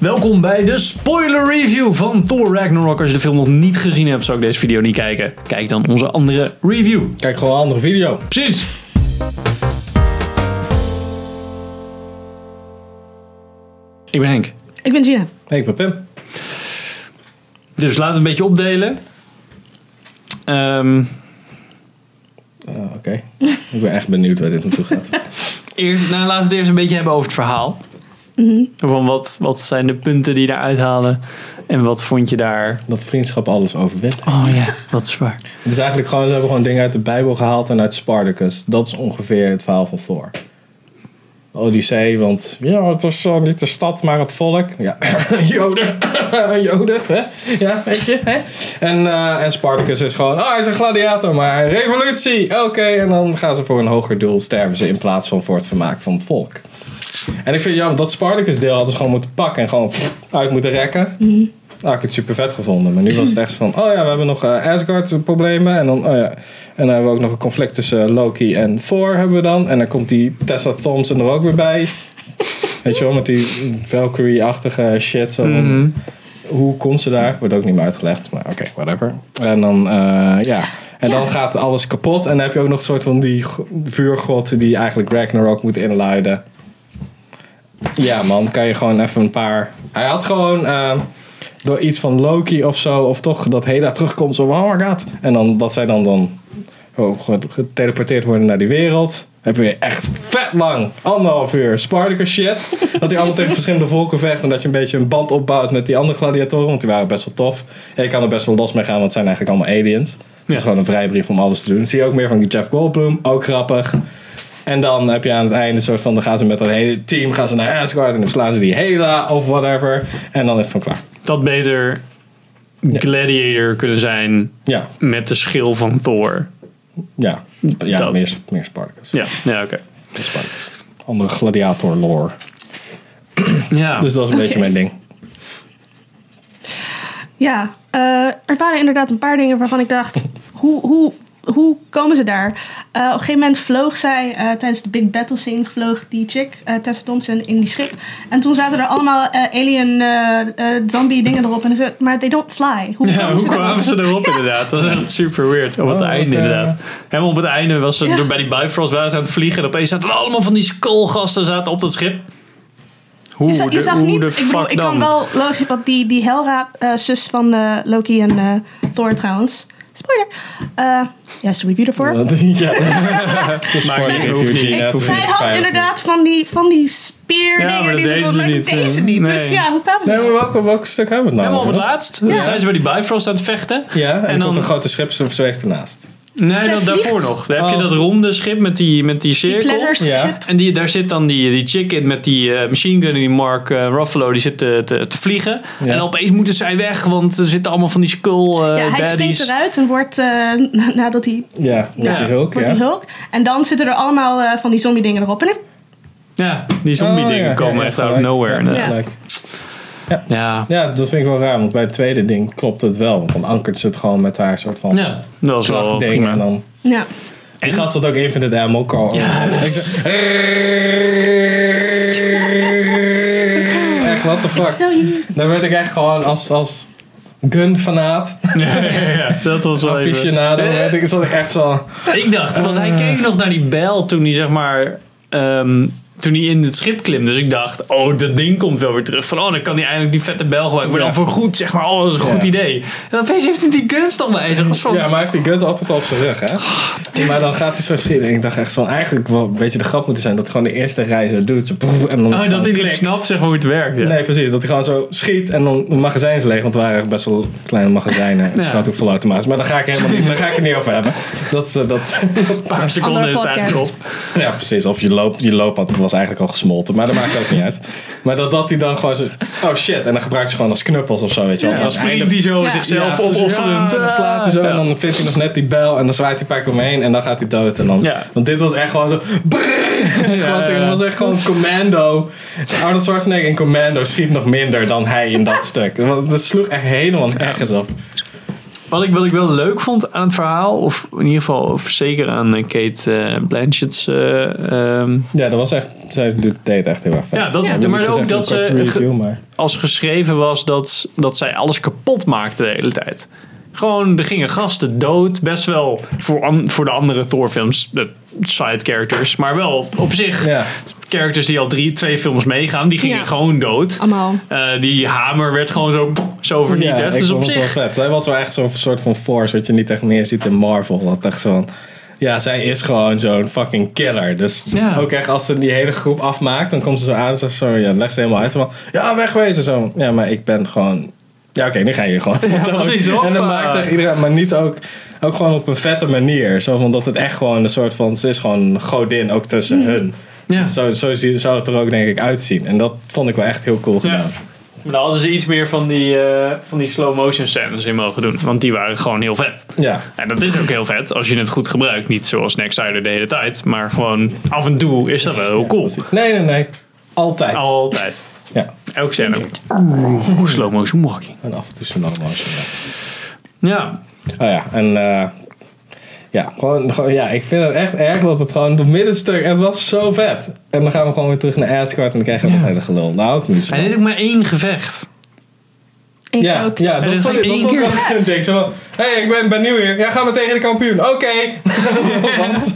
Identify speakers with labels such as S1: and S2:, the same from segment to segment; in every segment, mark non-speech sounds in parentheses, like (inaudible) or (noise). S1: Welkom bij de spoiler review van Thor Ragnarok. Als je de film nog niet gezien hebt, zou ik deze video niet kijken. Kijk dan onze andere review.
S2: Kijk gewoon een andere video.
S1: Precies. Ik ben Henk.
S3: Ik ben Gina.
S2: Hey, ik ben Pim.
S1: Dus laten we een beetje opdelen. Ehm,
S2: Ah, Oké. ik ben echt benieuwd waar dit naartoe (laughs) gaat.
S1: eerst, nou, laten we het eerst een beetje hebben over het verhaal. Van wat, wat zijn de punten die je daaruit halen? En wat vond je daar?
S2: Dat vriendschap alles overwint.
S1: Oh ja, dat is waar.
S2: Het is Dus eigenlijk gewoon, ze hebben gewoon dingen uit de Bijbel gehaald en uit Spartacus. Dat is ongeveer het verhaal van Thor. De Odyssee, want ja, het was zo niet de stad, maar het volk. Ja, (laughs) joden, joden, hè? Ja, weet je, hè? En, eh, en Spartacus is gewoon, oh, hij is een gladiator, maar revolutie, oké. En dan gaan ze voor een hoger doel sterven ze in plaats van voor het vermaak van het volk. En ik vind jammer, dat Spartacus deel hadden ze gewoon moeten pakken en gewoon pff, uit moeten rekken. Nou, ik heb het super vet gevonden. Maar nu was het echt van, oh ja, we hebben nog eh, Asgard-problemen. En dan, oh ja. En dan hebben we ook nog een conflict tussen eh, Loki en Thor hebben we dan. En dan komt die Tessa Thompson er ook weer bij. Weet je wel, met die Valkyrie-achtige shit. Zo.
S1: Mhm.
S2: Hoe komt ze daar? Wordt ook niet meer uitgelegd. Maar oké, whatever. En dan, eh, ja. En dan gaat alles kapot. En dan heb je ook nog een soort van die g- vuurgod die eigenlijk Ragnarok moet inluiden. Ja, man, kan je gewoon even een paar. Hij had gewoon eh, door iets van Loki of zo, of toch dat Hela terugkomt, zo, oh my god. En dan dat zij dan, dan oh, ge- geteleporteerd worden naar die wereld. Heb je echt vet lang, anderhalf uur Spartacus shit. Dat hij allemaal tegen verschillende volken vecht en dat je een beetje een band opbouwt met die andere gladiatoren, want die waren best wel tof. En je kan er best wel los mee gaan, want het zijn eigenlijk allemaal aliens. Het
S1: Ja.
S2: is gewoon een vrijbrief om alles te doen. Zie je ook meer van die Jeff Goldblum, ook grappig. En dan heb je aan het einde een soort van, dan gaan ze met dat hele team gaan ze naar Asgard en dan slaan ze die Hela of whatever. En dan is het dan klaar.
S1: Dat beter gladiator kunnen zijn
S2: Ja,
S1: met de schil van Thor.
S2: ja. Ja,
S1: Dat.
S2: meer, meer Spartacus.
S1: Ja, ja oké.
S2: Meer Spartacus. Andere gladiator lore.
S1: Ah. Ja.
S2: Dus dat is een beetje mijn ding.
S3: Ja, eh, er waren inderdaad een paar dingen waarvan ik (laughs) dacht, hoe, hoe, hoe komen ze daar? Eh, op een gegeven moment vloog zij eh, tijdens de Big Battle scene, vloog die chick, eh, Tessa Thompson, in die schip. En toen zaten er allemaal eh, alien eh, eh, zombie dingen erop. En ze, maar they don't fly.
S1: (laughs)
S3: Hoe
S1: Ja, hoe
S3: daarop?
S1: kwamen ze erop inderdaad? Dat was echt super weird. Op het
S2: Oh,
S1: einde
S2: oké.
S1: inderdaad. Helemaal op het einde was ze
S3: Ja.
S1: door bij die Bifrost waren ze aan het vliegen. En opeens zaten er allemaal van die skullgasten zaten op dat schip. Hoe
S3: Je, za- je
S1: de,
S3: zag
S1: hoe
S3: niet,
S1: de
S3: ik
S1: fuck
S3: bedoel, ik
S1: dan?
S3: kan wel logisch, want die, die Helra, eh, zus van eh, Loki en eh, Thor trouwens. Spoiler. Eh ja, ze review ervoor.
S2: Dat- (laughs) Ja. Het is
S1: Maar
S2: Spartacus,
S1: ik hoef niet-
S2: Eugene,
S1: ik
S2: het
S1: hoef
S2: is
S3: Zij
S2: niet
S3: had
S2: veilig.
S3: inderdaad van die, van die speerdingen.
S1: Ja, maar dat
S3: die ze
S1: deden
S3: kon-
S1: ze
S3: maar
S1: niet,
S3: Dat deden ze
S1: eh,
S3: niet. Dus
S1: nee.
S3: ja, hoe kwamen ze
S2: Nee, maar
S3: daar?
S2: welke, welk stuk hebben we het nou?
S1: Helemaal op het
S2: over?
S1: laatst dan zijn ze bij die Bifrost aan het vechten.
S2: Ja, en,
S1: En
S2: dan komt
S1: dan-
S2: een grote schip en zweeft ernaast.
S1: Nee,
S3: Hij
S1: dat,
S3: vliegt.
S1: daarvoor nog. Dan heb je
S2: Oh.
S1: dat ronde schip met die, met die
S3: Die
S1: cirkel.
S3: pleasures
S2: Ja.
S3: ship.
S1: En die, daar zit dan die, die chick in met die eh, machine gun en die Mark eh, Ruffalo, die zit te, te, te vliegen.
S2: Ja.
S1: En opeens moeten zij weg, want er zitten allemaal van die skull eh
S3: ja, hij springt
S1: baddies.
S3: eruit en wordt, eh, na- nadat hij,
S2: Ja, wordt
S1: Ja.
S2: die Hulk,
S3: wordt
S2: ja.
S3: hij Hulk. En dan zitten er allemaal eh, van die zombie dingen erop. En ik,
S1: Ja, die zombie
S2: Oh,
S1: dingen
S2: ja,
S1: komen
S2: ja,
S1: echt
S2: ja,
S1: out of
S2: gelijk.
S1: nowhere.
S2: Ja,
S1: inderdaad.
S2: gelijk.
S1: Ja.
S2: Ja, dat vind ik wel raar, want bij het tweede ding klopt het wel. Want dan ankert ze het gewoon met haar soort van
S1: ja, dat was wel
S2: krachtding. En
S1: prima.
S2: dan
S3: ja.
S2: Die gast had ook Infinite Ammo call.
S1: Ja.
S2: Ik zeg, echt, what the fuck.
S3: Sorry.
S2: Dan werd ik echt gewoon als, als
S1: (laughs)
S2: gun-fanaat,
S1: Ja, ja, ja, dat was wel even.
S2: (laughs) aficionado, werd ik, zat ik echt zo...
S1: Ik dacht, want
S2: Eh.
S1: hij keek nog naar die bel toen hij zeg maar... ehm, toen hij in het schip klim. Dus ik dacht, oh, dat ding komt wel weer terug. Van, oh, dan kan hij eindelijk die vette bel gebruiken. Maar dan
S2: Ja.
S1: voor goed, zeg maar. Oh, dat is een
S2: Ja.
S1: goed idee. En opeens heeft hij die kunst al bij zich. Dat was van, oh,
S2: Ja, maar hij heeft die gun altijd al op zijn rug, hè?
S1: Ah,
S2: maar dan gaat hij zo schieten. En ik dacht echt van, eigenlijk wel een beetje de grap moeten zijn dat gewoon de eerste rij zo doet. Zo, en dan is
S1: Oh,
S2: het
S1: dat hij
S2: gewoon
S1: niet
S2: klik.
S1: snapt zeg maar, hoe het werkt. Ja.
S2: Nee, precies. Dat hij gewoon zo schiet en dan de magazijn is leeg. Want het waren best wel kleine magazijnen. Het
S1: Ja.
S2: schoot ook vol automatisch. Maar daar ga ik helemaal niet, daar ga ik het niet over hebben. Dat, eh, dat, (laughs)
S1: Een paar seconden
S3: Andere
S1: is het eigenlijk op.
S3: podcast.
S2: ja, precies. Of je, loop, je looppad was eigenlijk al gesmolten. Maar dat maakt ook niet uit. Maar dat, dat hij dan gewoon zo... Oh shit. En dan gebruikt ze gewoon als knuppels of zo, weet je wel.
S1: En
S2: En
S1: dan
S2: dan
S1: springt hij zo
S3: Ja.
S1: zichzelf
S2: ja, precies.
S1: opofferend.
S2: Ja, en dan slaat hij zo
S1: Ja.
S2: en dan vindt hij nog net die bel en dan zwaait hij pak omheen en dan gaat hij dood. En dan,
S1: Ja.
S2: Want dit was echt gewoon zo...
S1: (laughs) ja,
S2: gewoon,
S1: ja.
S2: tegen- Dat was echt gewoon commando. Arnold Schwarzenegger in
S1: (laughs)
S2: commando schiet nog minder dan hij in dat stuk. Want dat sloeg echt helemaal nergens op.
S1: Wat ik, wat ik wel leuk vond aan het verhaal, of in ieder geval of zeker aan eh, Kate eh, Blanchett's. eh, ehm,
S2: Ja, dat was echt. Zij doet- deed het echt heel erg vet.
S1: Ja, dat-
S2: Ik
S1: maar
S2: heb niet
S1: ook
S2: gezegd
S1: dat
S2: in een
S1: ze-
S2: korte
S1: ge-
S2: Review, maar
S1: als geschreven was dat, dat zij alles kapot maakte de hele tijd. Gewoon, er gingen gasten dood. Best wel voor, an- voor de andere Thor-films, de side characters. Maar wel op zich,
S2: ja.
S1: characters die al drie, twee films meegaan, die gingen
S3: Ja.
S1: gewoon dood.
S3: Allemaal.
S1: Eh, die hamer werd gewoon zo, zo vernietigd.
S2: ja, ik
S1: dus op
S2: vond het
S1: zich.
S2: wel vet. Zij was wel echt zo'n soort van force wat je niet echt meer ziet in Marvel. Dat echt zo'n... Ja, zij is gewoon zo'n fucking killer. Dus
S1: Ja.
S2: ook echt als ze die hele groep afmaakt, dan komt ze zo aan en zegt zo... Ja, legt ze helemaal uit. Van, ja, wegwezen. Zo, ja, maar ik ben gewoon... Ja, oké, nu ga
S1: (laughs)
S2: je gewoon. dood.
S1: precies,
S2: en
S1: hoppa.
S2: dan maakt echt iedereen... Maar niet ook... Ook gewoon op een vette manier. Zo van dat het echt gewoon een soort van... Ze is gewoon een godin ook tussen hun.
S1: Mm. Ja.
S2: Zo, zo zie- zou het er ook denk ik uitzien. En dat vond ik wel echt heel cool
S1: Ja.
S2: gedaan.
S1: Maar daar hadden ze iets meer van die, eh, van die slow motion scènes in mogen doen. Want die waren gewoon heel vet.
S2: Ja.
S1: En dat is ook heel vet als je het goed gebruikt. Niet zoals Next Rider de hele tijd. Maar gewoon af en toe is dat wel heel
S2: Ja,
S1: Oh, cool.
S2: precies. Nee, nee, nee. Altijd.
S1: Altijd.
S2: Ja,
S1: Elke scène. Oeh, slow motion walking.
S2: en af en toe zo'n normaal. Ja.
S1: Ja.
S2: Oh ja, en eh, ja, gewoon, gewoon, ja, ik vind het echt erg dat het gewoon het middenstuk, het was zo vet. En dan gaan we gewoon weer terug naar Asgard en dan krijgen we
S1: Ja.
S2: nog hele gelul. Nou, ook niet zo.
S1: Hij deed ook maar één gevecht.
S3: Eén
S2: Ja,
S3: groot.
S2: ja,
S1: En
S2: dat
S1: dit
S2: vond ik
S1: is
S2: dat
S1: één
S2: vond ik
S1: keer
S2: wel
S1: vet.
S2: zo'n ding. Zo van, hey, ik ben, ben nieuw hier. Ja, gaan we tegen de kampioen. Oké.
S1: (laughs)
S2: Want-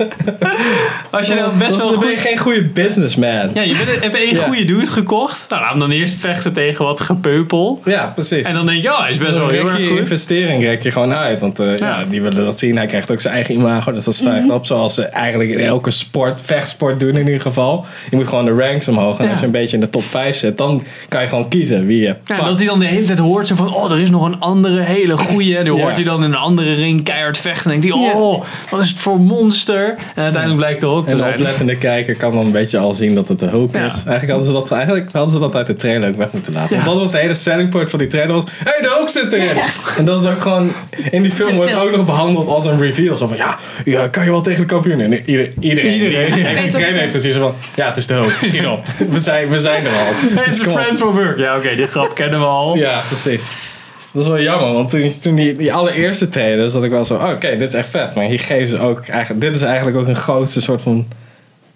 S1: Als je dat best
S2: dan
S1: wel
S2: ben je
S1: goed...
S2: geen goede businessman.
S1: Ja, je bent, hebt één
S2: Ja.
S1: goede dude gekocht. Nou, laat hem dan eerst vechten tegen wat gepeupel.
S2: Ja, precies.
S1: En dan denk je, oh, hij is best wel
S2: Dan
S1: heel
S2: rek je je
S1: erg goed.
S2: investering rek je gewoon uit. Want eh, ja.
S1: Ja. Mhm.
S2: die willen dat zien. Hij krijgt ook zijn eigen imago. Dus dat stijgt op. Zoals ze eigenlijk in elke sport, vechtsport doen in ieder geval. Je moet gewoon de ranks omhoog. En
S1: Ja.
S2: als je een beetje in de top 5 zit, dan kan je gewoon kiezen wie je
S1: Ja,
S2: pakt.
S1: dat hij dan de hele tijd hoort zo van, oh, er is nog een andere hele goeie. En dan
S2: Ja.
S1: hoort hij dan in een andere ring keihard vechten. En denkt hij,
S3: Ja.
S1: oh, wat is het voor monster. En uiteindelijk blijkt de Hulk te
S2: En de
S1: zijn.
S2: oplettende kijker kan dan een beetje al zien dat het de hulp
S1: dus Ja.
S2: is. Eigenlijk hadden, ze dat, eigenlijk hadden ze dat uit de trailer ook weg moeten laten.
S1: Ja.
S2: Want dat was de hele selling point van die trailer. Was, hé, hey, de hulp zit erin!
S3: Ja.
S2: En dat is ook gewoon... In die film
S3: De
S2: wordt
S3: film.
S2: ook nog behandeld als een reveal. Zo van, ja, ja kan je wel tegen de kampioen. En ieder- iedereen,
S1: Iedereen.
S2: die
S3: Weet
S2: heeft de
S3: dat
S2: trainer heeft
S3: het-
S2: precies van... Ja, het is de hulp. Misschien op. We zijn, we zijn er al.
S1: Hey, it's
S2: Dus
S1: a
S2: kom op.
S1: friend from work. Ja, oké, die
S2: (laughs)
S1: grap kennen we al.
S2: Ja, precies. Dat is wel jammer, want toen, toen die, die allereerste trailers zat ik wel zo, oh, oké, dit is echt vet. Maar hier geven ze ook, eigenlijk, dit is eigenlijk ook een grootste soort van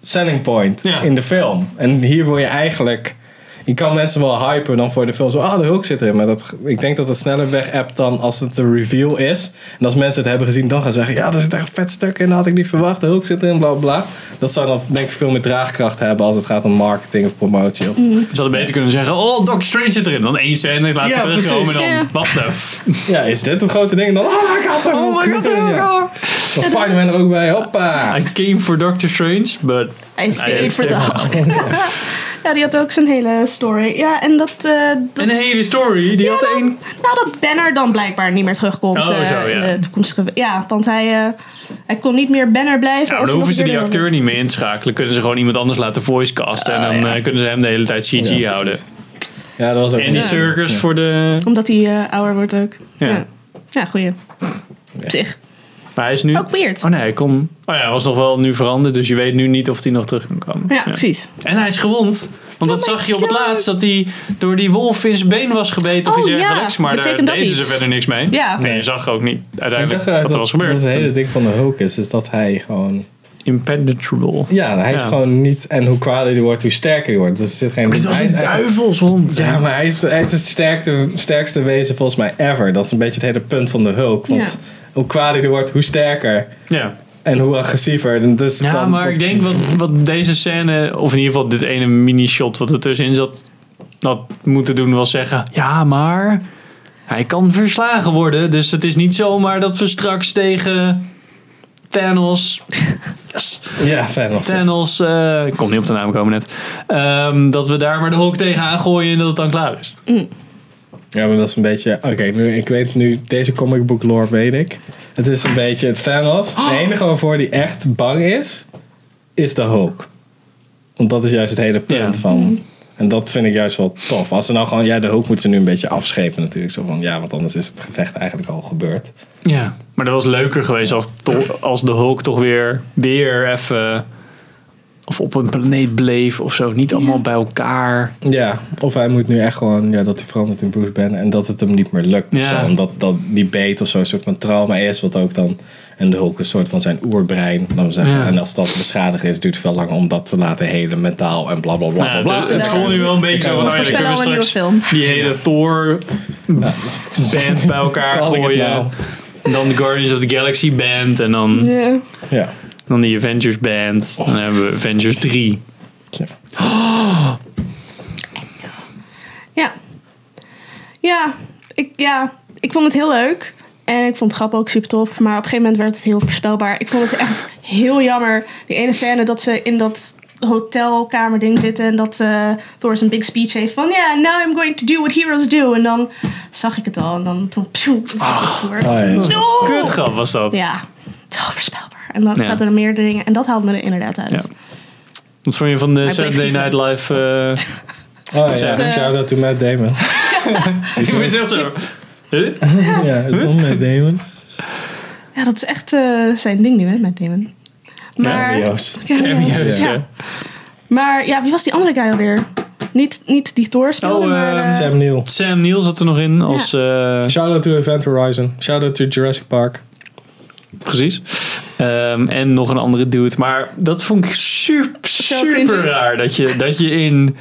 S2: selling point
S1: Ja.
S2: in de film. En hier wil je eigenlijk, je kan mensen wel hypen dan voor de film, zo, ah, de Hulk zit erin. Maar dat, ik denk dat het sneller weg appt dan als het een reveal is. En als mensen het hebben gezien, dan gaan ze zeggen, ja, er zit echt een vet stuk in, dat had ik niet verwacht, de Hulk zit erin, bla bla. Dat zou dan denk ik veel meer draagkracht hebben als het gaat om marketing of promotie of
S1: Ze hadden beter kunnen zeggen, oh, Doc Strange zit erin. Dan één scène, ik laat
S2: Ja,
S1: het terugkomen. En
S2: precies.
S1: dan,
S3: Ja.
S1: wat de f-
S2: Ja, is dit het grote ding dan? Oh my god, oh my god, oh my god. Was Spider-Man er ook bij, hoppa.
S1: I came for Doctor Strange, but...
S3: Hij
S1: Nee,
S3: steekt voor
S1: dat (laughs) is
S3: de (laughs) Ja, die had ook zijn hele story. Ja, en dat... eh, dat
S1: Een hele story, die had één...
S3: Nou, dat Banner dan blijkbaar niet meer terugkomt
S1: Oh,
S3: eh,
S1: zo, ja.
S3: in de toekomstige... Ja, want hij, eh, hij kon niet meer Banner blijven.
S1: Nou,
S3: als
S1: dan
S3: hij
S1: hoeven ze
S3: nog
S1: die
S3: eerder
S1: acteur niet meer inschakelen. Kunnen ze gewoon iemand anders laten voicecasten. en dan eh, kunnen ze hem de hele tijd CG
S2: Oh, Ja,
S1: houden.
S2: precies. Ja, dat was ook
S1: En die
S2: een-
S1: circus
S2: Ja.
S1: voor de...
S3: wilde. Omdat hij eh, ouder wordt ook.
S1: Ja.
S3: Ja, ja. goeie. Op zich.
S1: Maar hij is nu...
S3: Ook weird.
S1: Oh nee, hij kon... Oh ja, hij was nog wel nu veranderd. Dus je weet nu niet of hij nog terug kan komen.
S3: Ja, precies.
S1: En hij is gewond. Want dat
S3: Oh my
S1: zag je op het
S3: God.
S1: laatst. Dat hij door die wolf in zijn been was gebeten. Of
S3: Oh
S1: iets
S3: ja,
S1: dergelijks. Maar daar
S3: betekent dat
S1: deden ze
S3: iets?
S1: verder niks mee.
S3: Ja.
S1: Nee, je zag ook niet
S2: Ik
S1: uiteindelijk
S2: dacht
S1: wat
S2: dat,
S1: er was gebeurd.
S2: dat het hele ding van de Hulk is, is dat hij gewoon...
S1: Impenetrable.
S2: Ja, hij is
S1: Ja.
S2: gewoon niet... En hoe kwaader hij wordt, hoe sterker hij wordt. Dus er zit geen...
S1: Maar dit was
S2: hij
S1: een
S2: is eigenlijk-
S1: duivelshond.
S2: Ja, maar hij is, hij is het sterkste, sterkste wezen volgens mij ever. Dat is een beetje het hele punt van de Hulk. Want
S3: Ja.
S2: hoe kwaader hij wordt, hoe sterker.
S1: Ja.
S2: En hoe agressiever. Dus
S1: Ja,
S2: dan-
S1: maar
S2: dat-
S1: ik denk wat, wat deze scène, of in ieder geval dit ene mini-shot wat er tussenin zat, dat moeten doen was zeggen, ja, maar hij kan verslagen worden. Dus het is niet zomaar dat we straks tegen
S3: (laughs)
S1: Thanos, yes,
S2: Ja, Thanos.
S1: Thanos, eh, ik kon niet op de naam komen net, ehm, dat we daar maar de Hulk tegenaan gooien en dat het dan klaar is.
S2: Ja, maar dat is een beetje. Oké, nu ik weet nu, deze comic book lore weet ik. Het is een beetje Thanos. De enige waarvoor die echt bang is, is de Hulk. Want dat is juist het hele punt
S1: Ja.
S2: van. En dat vind ik juist wel tof. Als ze nou gewoon, ja, de Hulk moet ze nu een beetje afschepen natuurlijk. Zo van, ja, want anders is het gevecht eigenlijk al gebeurd.
S1: Ja, maar dat was leuker geweest als, Thor- als de Hulk toch weer, weer even Of op een planeet bleef of zo. Niet allemaal
S3: Ja.
S1: bij elkaar.
S2: Ja, of hij moet nu echt gewoon, ja, dat hij verandert in Bruce Banner en dat het hem niet meer lukt. of
S1: Ja.
S2: zo. Omdat dat, die beet of zo, een soort van trauma is, wat ook dan, en de Hulk een soort van zijn oerbrein, laten we zeggen.
S1: Ja.
S2: En als dat beschadigd is, duurt het veel langer om dat te laten helen, mentaal en bla bla bla.
S1: Nou,
S2: bla,
S1: het-
S2: bla.
S1: het
S3: Ja.
S1: voelt nu wel een beetje
S2: Ik
S1: zo
S2: kan
S1: van...
S2: wel
S1: nou ja, dan
S3: voorspellen
S1: kunnen we
S3: wel een nieuwe
S1: straks die
S3: film.
S1: hele Thor
S2: Ja.
S1: band bij elkaar
S2: Calling it
S1: gooien. Dan de Guardians of the Galaxy band. En dan,
S3: Ja.
S2: Ja.
S1: dan die Avengers band.
S2: Oh.
S1: Dan hebben we Avengers 3.
S2: Ja.
S3: Ja. Ja, ik, ja, ik vond het heel leuk. En ik vond het grap ook super tof. Maar op een gegeven moment werd het heel voorspelbaar. Ik vond het echt heel jammer. Die ene scène dat ze in dat hotelkamerding zitten. En dat eh Thor zijn big speech heeft van... Ja, now I'm going to do what heroes do. En dan zag ik het al. En dan... dan pjoe, is het voor.
S2: Oh, ja.
S3: No!
S1: Kutgrap was dat.
S3: Ja, het is al voorspelbaar. En dan
S1: Ja.
S3: zaten er meerdere dingen. En dat haalt me er inderdaad uit.
S1: Ja. Wat vond je van de
S3: bleef
S1: Saturday
S3: niet
S1: Night Live? eh,
S2: Oh ja,
S1: Zet,
S3: eh,
S2: shout-out to Matt Damon. (laughs)
S1: Ik moet echt zo. eh, Huh?
S2: ja, is dat Matt Damon?
S3: Ja, dat is echt eh, zijn ding nu, hè, met Damon. Maar,
S2: Cameo's.
S3: Cameo's,
S2: Ja.
S3: (laughs) ja. Maar ja, wie was die andere guy alweer? Niet, niet die Thor speelde,
S1: Oh, eh,
S3: maar... eh,
S2: Sam Neill.
S1: Sam Neill zat er nog in als. eh,
S2: Shout-out to Event Horizon. Shout-out to Jurassic Park.
S1: precies. Ehm, en nog een andere dude. Maar dat vond ik super, super
S3: cringy.
S1: raar. Dat je, dat je in.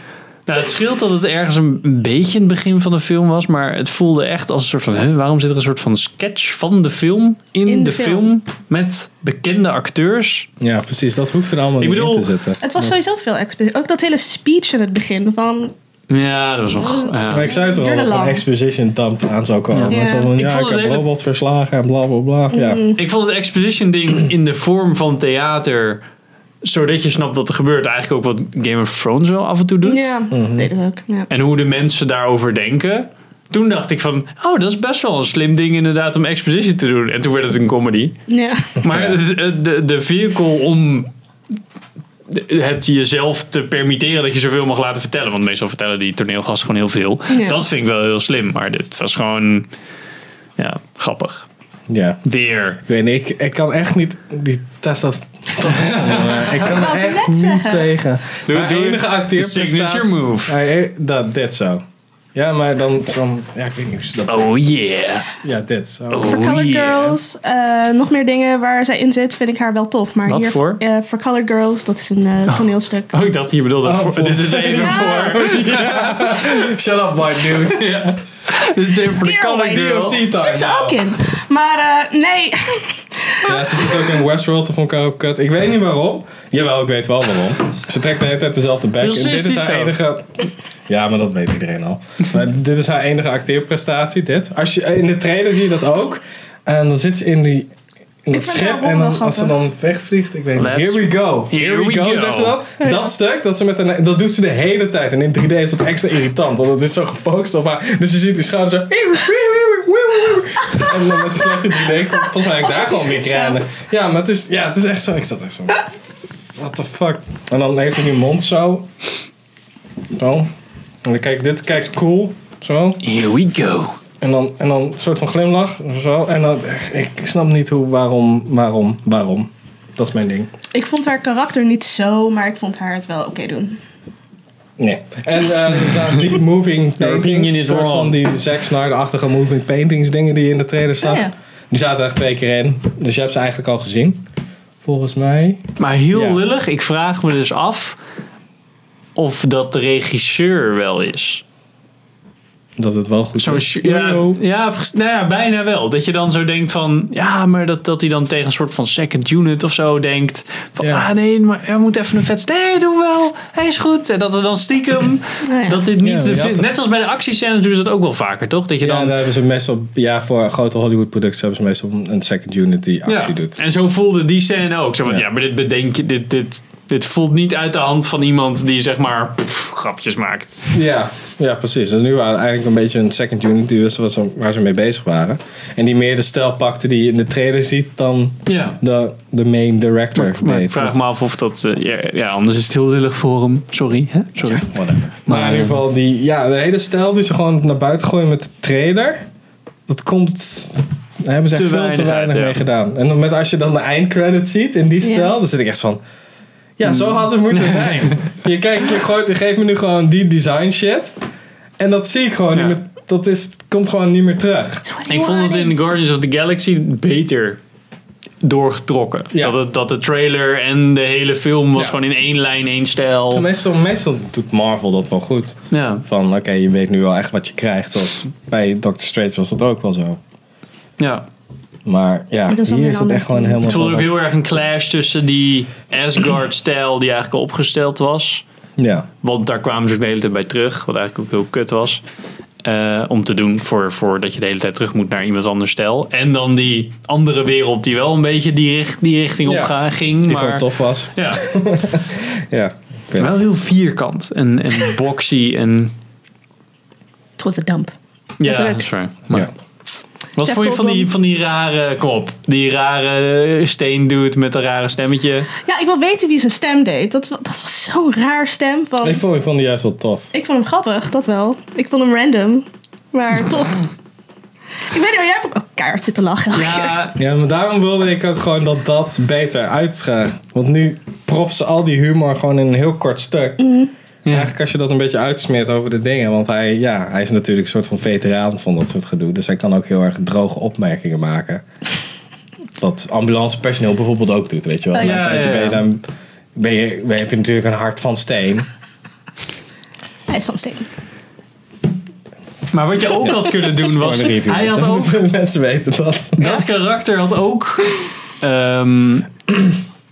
S1: Nou, het scheelt dat het ergens een een beetje in het begin van de film was. Maar het voelde echt als een soort van. hè, waarom zit er een soort van sketch van de film in,
S3: In
S1: de,
S3: de
S1: film.
S3: film.
S1: met bekende acteurs?
S2: Ja, precies. Dat hoeft er allemaal
S1: Ik
S2: niet
S1: bedoel-
S2: in te zitten.
S3: het was sowieso veel expositie. Ook dat hele speech in het begin van...
S1: Ja, dat was nog. ja.
S2: Maar ik zei het al,
S3: Duurde
S2: dat een
S3: lang.
S2: exposition dump aan zou komen.
S3: Ja. Mm.
S2: Ja. Zo van,
S1: Ik
S2: ja,
S1: vond
S2: ik,
S1: het
S2: heb
S1: hele-
S2: robot verslagen en bla bla bla. Ja.
S1: Ik vond het exposition
S3: (clears throat)
S1: ding in de vorm van theater. Zodat je snapt wat er gebeurt. Eigenlijk ook wat Game of Thrones wel af en toe doet. Mhm.
S3: Ja, deed het ook. Ja.
S1: En hoe de mensen daarover denken. Toen dacht ik van, oh, dat is best wel een slim ding inderdaad om exposition te doen. En toen werd het een comedy.
S3: Ja.
S1: Maar
S2: Ja.
S1: de, de, de vehicle om het jezelf te permitteren dat je zoveel mag laten vertellen. Want meestal vertellen die toneelgasten gewoon heel veel.
S3: Ja.
S1: Dat vind ik wel heel slim. Maar dit was gewoon, ja, grappig.
S2: ja.
S1: Weer.
S2: Ik weet niet, ik, ik kan echt niet... Die
S3: (laughs)
S2: Tessa... Eh, ik kan
S3: wou
S2: er
S3: ik
S2: echt
S3: net
S2: niet
S3: zeggen.
S2: tegen.
S1: Doe-
S2: Haar
S1: doe
S2: enige
S1: de signature
S2: acteerprestatie-
S1: move.
S2: Haar e- dat, dit zo. Ja, maar dan... dan ja, ik weet niet hoe ze dat...
S1: Oh yeah.
S2: Ja, dit zo.
S1: Oh.
S3: Voor Color
S1: yeah.
S3: Girls, eh, nog meer dingen waar zij in zit, vind ik haar wel tof. Maar
S1: Wat
S3: hier,
S1: voor?
S3: eh, voor Color Girls, dat is een eh, toneelstuk.
S1: (laughs) Oh, ik dacht je bedoelde.
S2: Oh,
S1: voor-
S2: voor-
S1: dit is even
S3: Ja.
S1: voor. (laughs)
S2: Shut up, white dude.
S1: Ja. Dit is even voor de
S3: Dear
S1: Color
S3: White
S1: Girl.
S2: DOC time.
S3: Zit ze ook in. Maar eh, nee,
S2: Ja, ze zit ook in Westworld, dat vond ik ook kut. Ik weet niet waarom. Jawel, ik weet wel waarom. Ze trekt de hele tijd dezelfde bek. En dit is
S1: Racistisch
S2: haar
S1: ook.
S2: enige... Ja, maar dat weet iedereen al. Maar dit is haar enige acteerprestatie, dit. Als je, in de trailer zie je dat ook. En dan zit ze in die... In dat
S3: vind
S2: schip
S3: haar wel
S2: en dan,
S3: grappig.
S2: als ze dan wegvliegt, ik weet niet.
S1: Let's-
S2: Here we go.
S1: Here we go.
S2: zegt ze dan. Dat stuk, dat, ze met een, dat doet ze de hele tijd. En in 3D is dat extra irritant, want het is zo gefocust op haar. Dus je ziet die schouders zo. (laughs) En dan met de slechte 3D komt volgens mij heb ik daar gewoon migraine. Ja, maar het is, ja, het is echt zo. Ik zat echt zo. What the fuck? En dan heeft hij die mond zo. Zo. En dan kijk, dit kijkt cool. Zo.
S1: Here we go.
S2: En dan, en dan een soort van glimlach. Zo. En dan, ik snap niet hoe, waarom, waarom, waarom. Dat is mijn ding.
S3: (laughs) ik vond haar karakter niet zo, maar ik vond haar het wel oké doen.
S2: Nee. En eh, er zijn (laughs) die moving
S1: opinion
S2: paintings,
S1: is
S2: een soort
S1: wrong.
S2: van die Zack Snyder-achtige moving paintings dingen die je in de trailer staan.
S1: Ah,
S3: Oh ja.
S2: Die zaten er twee keer in. Dus je hebt ze eigenlijk al gezien. Volgens mij.
S1: Maar heel
S2: Ja.
S1: lullig. Ik vraag me dus af of dat de regisseur wel is.
S2: Dat het wel goed
S1: Zo'n
S2: is.
S1: sh- ja, ja, vers- nou ja, bijna wel. Dat je dan zo denkt van... Ja, maar dat, dat hij dan tegen een soort van second unit of zo denkt. Van,
S2: Ja.
S1: ah nee, maar hij moet even een vet... Nee, doe wel. Hij is goed. En dat er dan stiekem...
S3: Nou ja.
S1: Dat dit
S2: Ja,
S1: niet... de
S2: je
S1: vi-
S2: had het-
S1: net zoals bij de actiescènes doen ze dat ook wel vaker, toch? Dat je
S2: Ja,
S1: dan...
S2: daar hebben ze meestal... Ja, voor grote Hollywood-producties hebben ze meestal een second unit die actie doet.
S1: En zo voelde die scène ook. Zo van, ja.
S2: Ja.
S1: maar dit bedenk je, dit, dit, dit voelt niet uit de hand van iemand die zeg maar pff, grapjes maakt.
S2: Ja, ja precies. Dus nu waren eigenlijk een beetje een second unit die wisten wat ze, waar ze mee bezig waren. En die meer de stijl pakte die je in de trailer ziet dan
S1: Ja.
S2: de, de main director
S1: Maar ik
S2: deed.
S1: vraag me af of dat, eh, ja, ja, anders is het heel lullig voor hem. Sorry, hè? Sorry.
S2: Ja, whatever. Maar in ieder geval, die, ja, de hele stijl die ze gewoon naar buiten gooien met de trailer, dat komt. Daar hebben ze
S1: Te
S2: echt veel
S1: weinig
S2: te weinig
S1: uit, ja.
S2: mee gedaan. En dan met, als je dan de eindcredit ziet in die
S3: Ja.
S2: stijl, dan zit ik echt van. Ja,
S1: Hmm.
S2: zo had het
S1: (laughs)
S2: moeten zijn. Je kijkt, je gooit, je geeft me nu gewoon die design shit. En dat zie ik gewoon
S1: Ja.
S2: niet meer. Dat is, komt gewoon niet meer terug.
S1: Ik vond het in Guardians of the Galaxy beter doorgetrokken.
S2: Ja.
S1: Dat, het, dat de trailer en de hele film was
S2: Ja.
S1: gewoon in één lijn, één stijl.
S2: Meestal, meestal doet Marvel dat wel goed.
S1: Ja,
S2: Van oké, je weet nu wel echt wat je krijgt. Zoals bij Doctor Strange was dat ook wel zo.
S1: ja.
S2: Maar ja,
S3: Maar dat is wel
S2: hier
S3: weer
S2: is
S3: een
S2: dat echt gewoon
S3: ander team.
S2: helemaal
S1: Ik vond ook
S2: zo.
S1: heel erg een clash tussen die Asgard-stijl die eigenlijk al opgesteld was.
S2: Ja,
S1: Want daar kwamen ze ook de hele tijd bij terug. Wat eigenlijk ook heel kut was. eh, om te doen voor, voor dat je de hele tijd terug moet naar iemand anders stijl. En dan die andere wereld die wel een beetje die, richt, die richting
S2: Ja.
S1: op ga- ging.
S2: die
S1: maar,
S2: gewoon tof was.
S1: Ja,
S2: Ja. Ja.
S1: wel heel vierkant en, en boxy en...
S3: Het was een damp.
S1: Ja,
S3: Letterlijk.
S1: dat is waar. Maar,
S2: Ja.
S1: Wat
S3: Jeff
S1: vond je van die,
S3: Goldblum.
S1: van die rare, kom op, die rare steendude met een rare stemmetje?
S3: Ja, ik wil weten wie zijn stem deed. Dat, wa- dat was zo'n raar stem. Van,
S2: Ik vond, ik vond die juist wel tof.
S3: Ik vond hem grappig, dat wel. Ik vond hem random, maar
S1: (laughs)
S3: tof. ik weet niet, jij hebt ook oh, keihard zitten lachen. elke keer.
S1: (laughs) Ja,
S2: Ja, maar daarom wilde ik ook gewoon dat dat beter uitgaat. Want nu propt ze al die humor gewoon in een heel kort stuk.
S1: Mhm. ja.
S2: Eigenlijk als je dat een beetje uitsmeert over de dingen. Want hij, ja, hij is natuurlijk een soort van veteraan van dat soort gedoe. Dus hij kan ook heel erg droge opmerkingen maken. Wat ambulancepersoneel bijvoorbeeld ook doet, weet je wel.
S3: Oh, ja.
S2: Na een
S1: Ah, Ja,
S2: tijdje
S1: ja,
S2: Ben je
S1: ja.
S2: dan, ben je, ben, heb je natuurlijk een hart van steen.
S3: Hij is van steen.
S1: Maar wat je ook had kunnen doen was,
S2: Voor de review.
S1: hij
S2: (laughs)
S1: had ook
S2: Mensen weten dat.
S1: Dat karakter had ook ehm,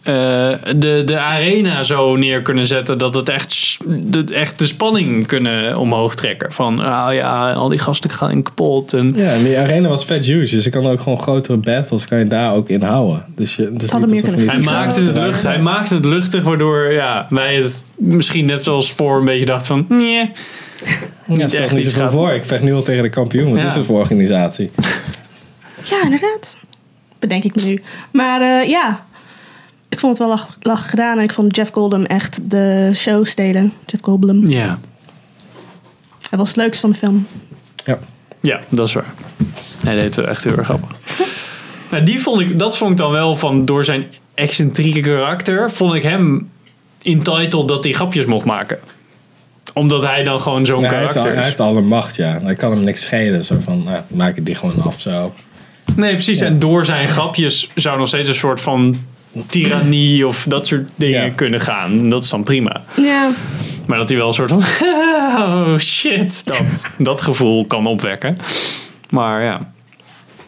S1: eh, de, de arena zo neer kunnen zetten dat het echt, s- de, echt de spanning kunnen omhoog trekken. Van, ah ja, al die gasten gaan kapot. En,
S2: Ja, en die arena was vet huge. Dus je kan ook gewoon grotere battles kan je daar ook in houden. Dus je, het is
S3: hadden
S2: niet
S3: meer
S2: alsof je
S3: kunnen
S1: hij,
S2: niet
S1: maakte het lucht, hij maakte het luchtig, waardoor ja, wij het misschien net zoals voor een beetje dachten van, nee.
S2: Ja,
S1: echt
S2: het is
S1: iets
S2: niet zo
S1: gaat-
S2: voor. Ik vecht nu al tegen de kampioen. Wat
S1: Ja.
S2: is het voor organisatie?
S3: Ja, inderdaad. Bedenk ik me nu. Maar eh, ja, ik vond het wel lach, lach gedaan. En ik vond Jeff Goldblum echt de show stelen. Jeff Goldblum.
S1: Ja.
S3: Hij was het leukste van de film.
S2: Ja.
S1: Ja, dat is waar. Hij deed het wel echt heel erg grappig. (laughs) nou, die vond ik, dat vond ik dan wel van door zijn excentrieke karakter, vond ik hem entitled dat hij grapjes mocht maken. Omdat hij dan gewoon zo'n
S2: Ja, hij, heeft al,
S1: karakter
S2: hij
S1: is.
S2: heeft al een macht, ja. Hij kan hem niks schelen. Zo van, nou, maak het die gewoon af zo.
S1: Nee, precies. En door zijn grapjes zou nog steeds een soort van tirannie of dat soort dingen
S2: Ja.
S1: kunnen gaan. Dat is dan prima.
S3: Ja,
S1: Maar dat hij wel een soort van (laughs) oh shit, dat, dat gevoel kan opwekken. Maar ja,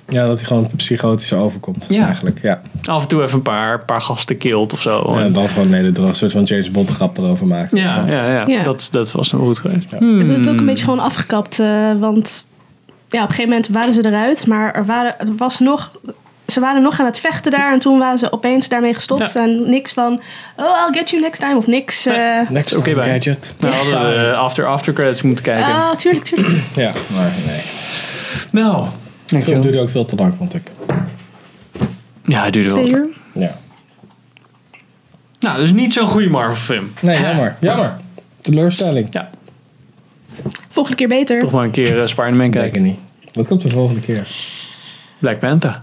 S2: Ja, dat hij gewoon psychotisch overkomt.
S1: Ja.
S2: Eigenlijk, ja.
S1: af en toe even een paar, paar gasten kilt of zo.
S2: En
S1: En-
S2: dat gewoon een hele droge soort van James Bond grap erover maakt.
S1: Ja,
S2: Zo.
S1: ja, ja.
S3: Ja.
S1: Dat, dat was nog goed geweest.
S3: het werd
S2: Hmm.
S3: ook een beetje gewoon afgekapt. eh, want ja, op een gegeven moment waren ze eruit. Maar er waren, het was nog, ze waren nog aan het vechten daar. En toen waren ze opeens daarmee gestopt.
S1: Ja.
S3: En niks van, oh, I'll get you next time. Of niks. eh
S2: Next
S1: Oké,
S2: okay,
S1: bye.
S2: gadget.
S1: Nou, hadden we de after, after credits moeten kijken.
S3: ah, tuurlijk, tuurlijk.
S2: Ja, maar nee.
S1: nou.
S2: De film duurde ook veel te lang, vond ik.
S1: Ja, het duurde wel.
S3: (clears throat) Twee
S1: wat.
S3: uur.
S2: Ja.
S1: Nou, dus niet zo'n goede Marvel film.
S2: Nee,
S1: Ha.
S2: jammer. Jammer. Teleurstelling.
S1: Ja,
S3: Volgende keer beter.
S1: toch maar een keer eh, Spider-Man
S2: Kijk
S1: kijken.
S2: er niet. Wat komt de volgende keer?
S1: Black Panther.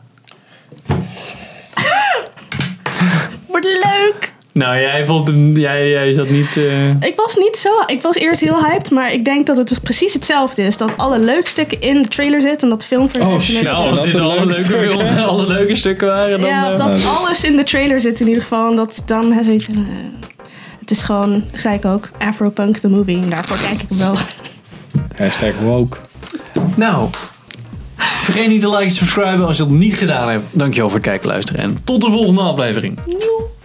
S3: Wordt leuk!
S1: Nou, jij, vond hem, jij, jij zat niet... eh,
S3: Ik was niet zo. Ik was eerst heel hyped, maar ik denk dat het precies hetzelfde is. Dat alle leukstukken in de trailer zitten en dat filmversie.
S2: Oh, shit.
S1: Nou,
S2: Zou
S1: als
S2: dat
S1: dit
S2: een
S1: alle
S2: leuk
S1: leuke,
S2: stuk,
S1: film, alle leuke stukken waren, dan...
S3: Ja,
S1: eh,
S3: of
S2: Nou,
S3: dat
S2: dus-
S3: alles in de trailer zit in ieder geval. En dat dan hè, zoiets. eh, het is gewoon, zei ik ook, Afropunk the movie. En daarvoor kijk ik hem wel.
S2: Hashtag woke.
S1: Nou, vergeet niet te liken en subscriben als je dat niet gedaan hebt. Dankjewel voor het kijken en luisteren. En tot de volgende aflevering.
S3: Nieuw.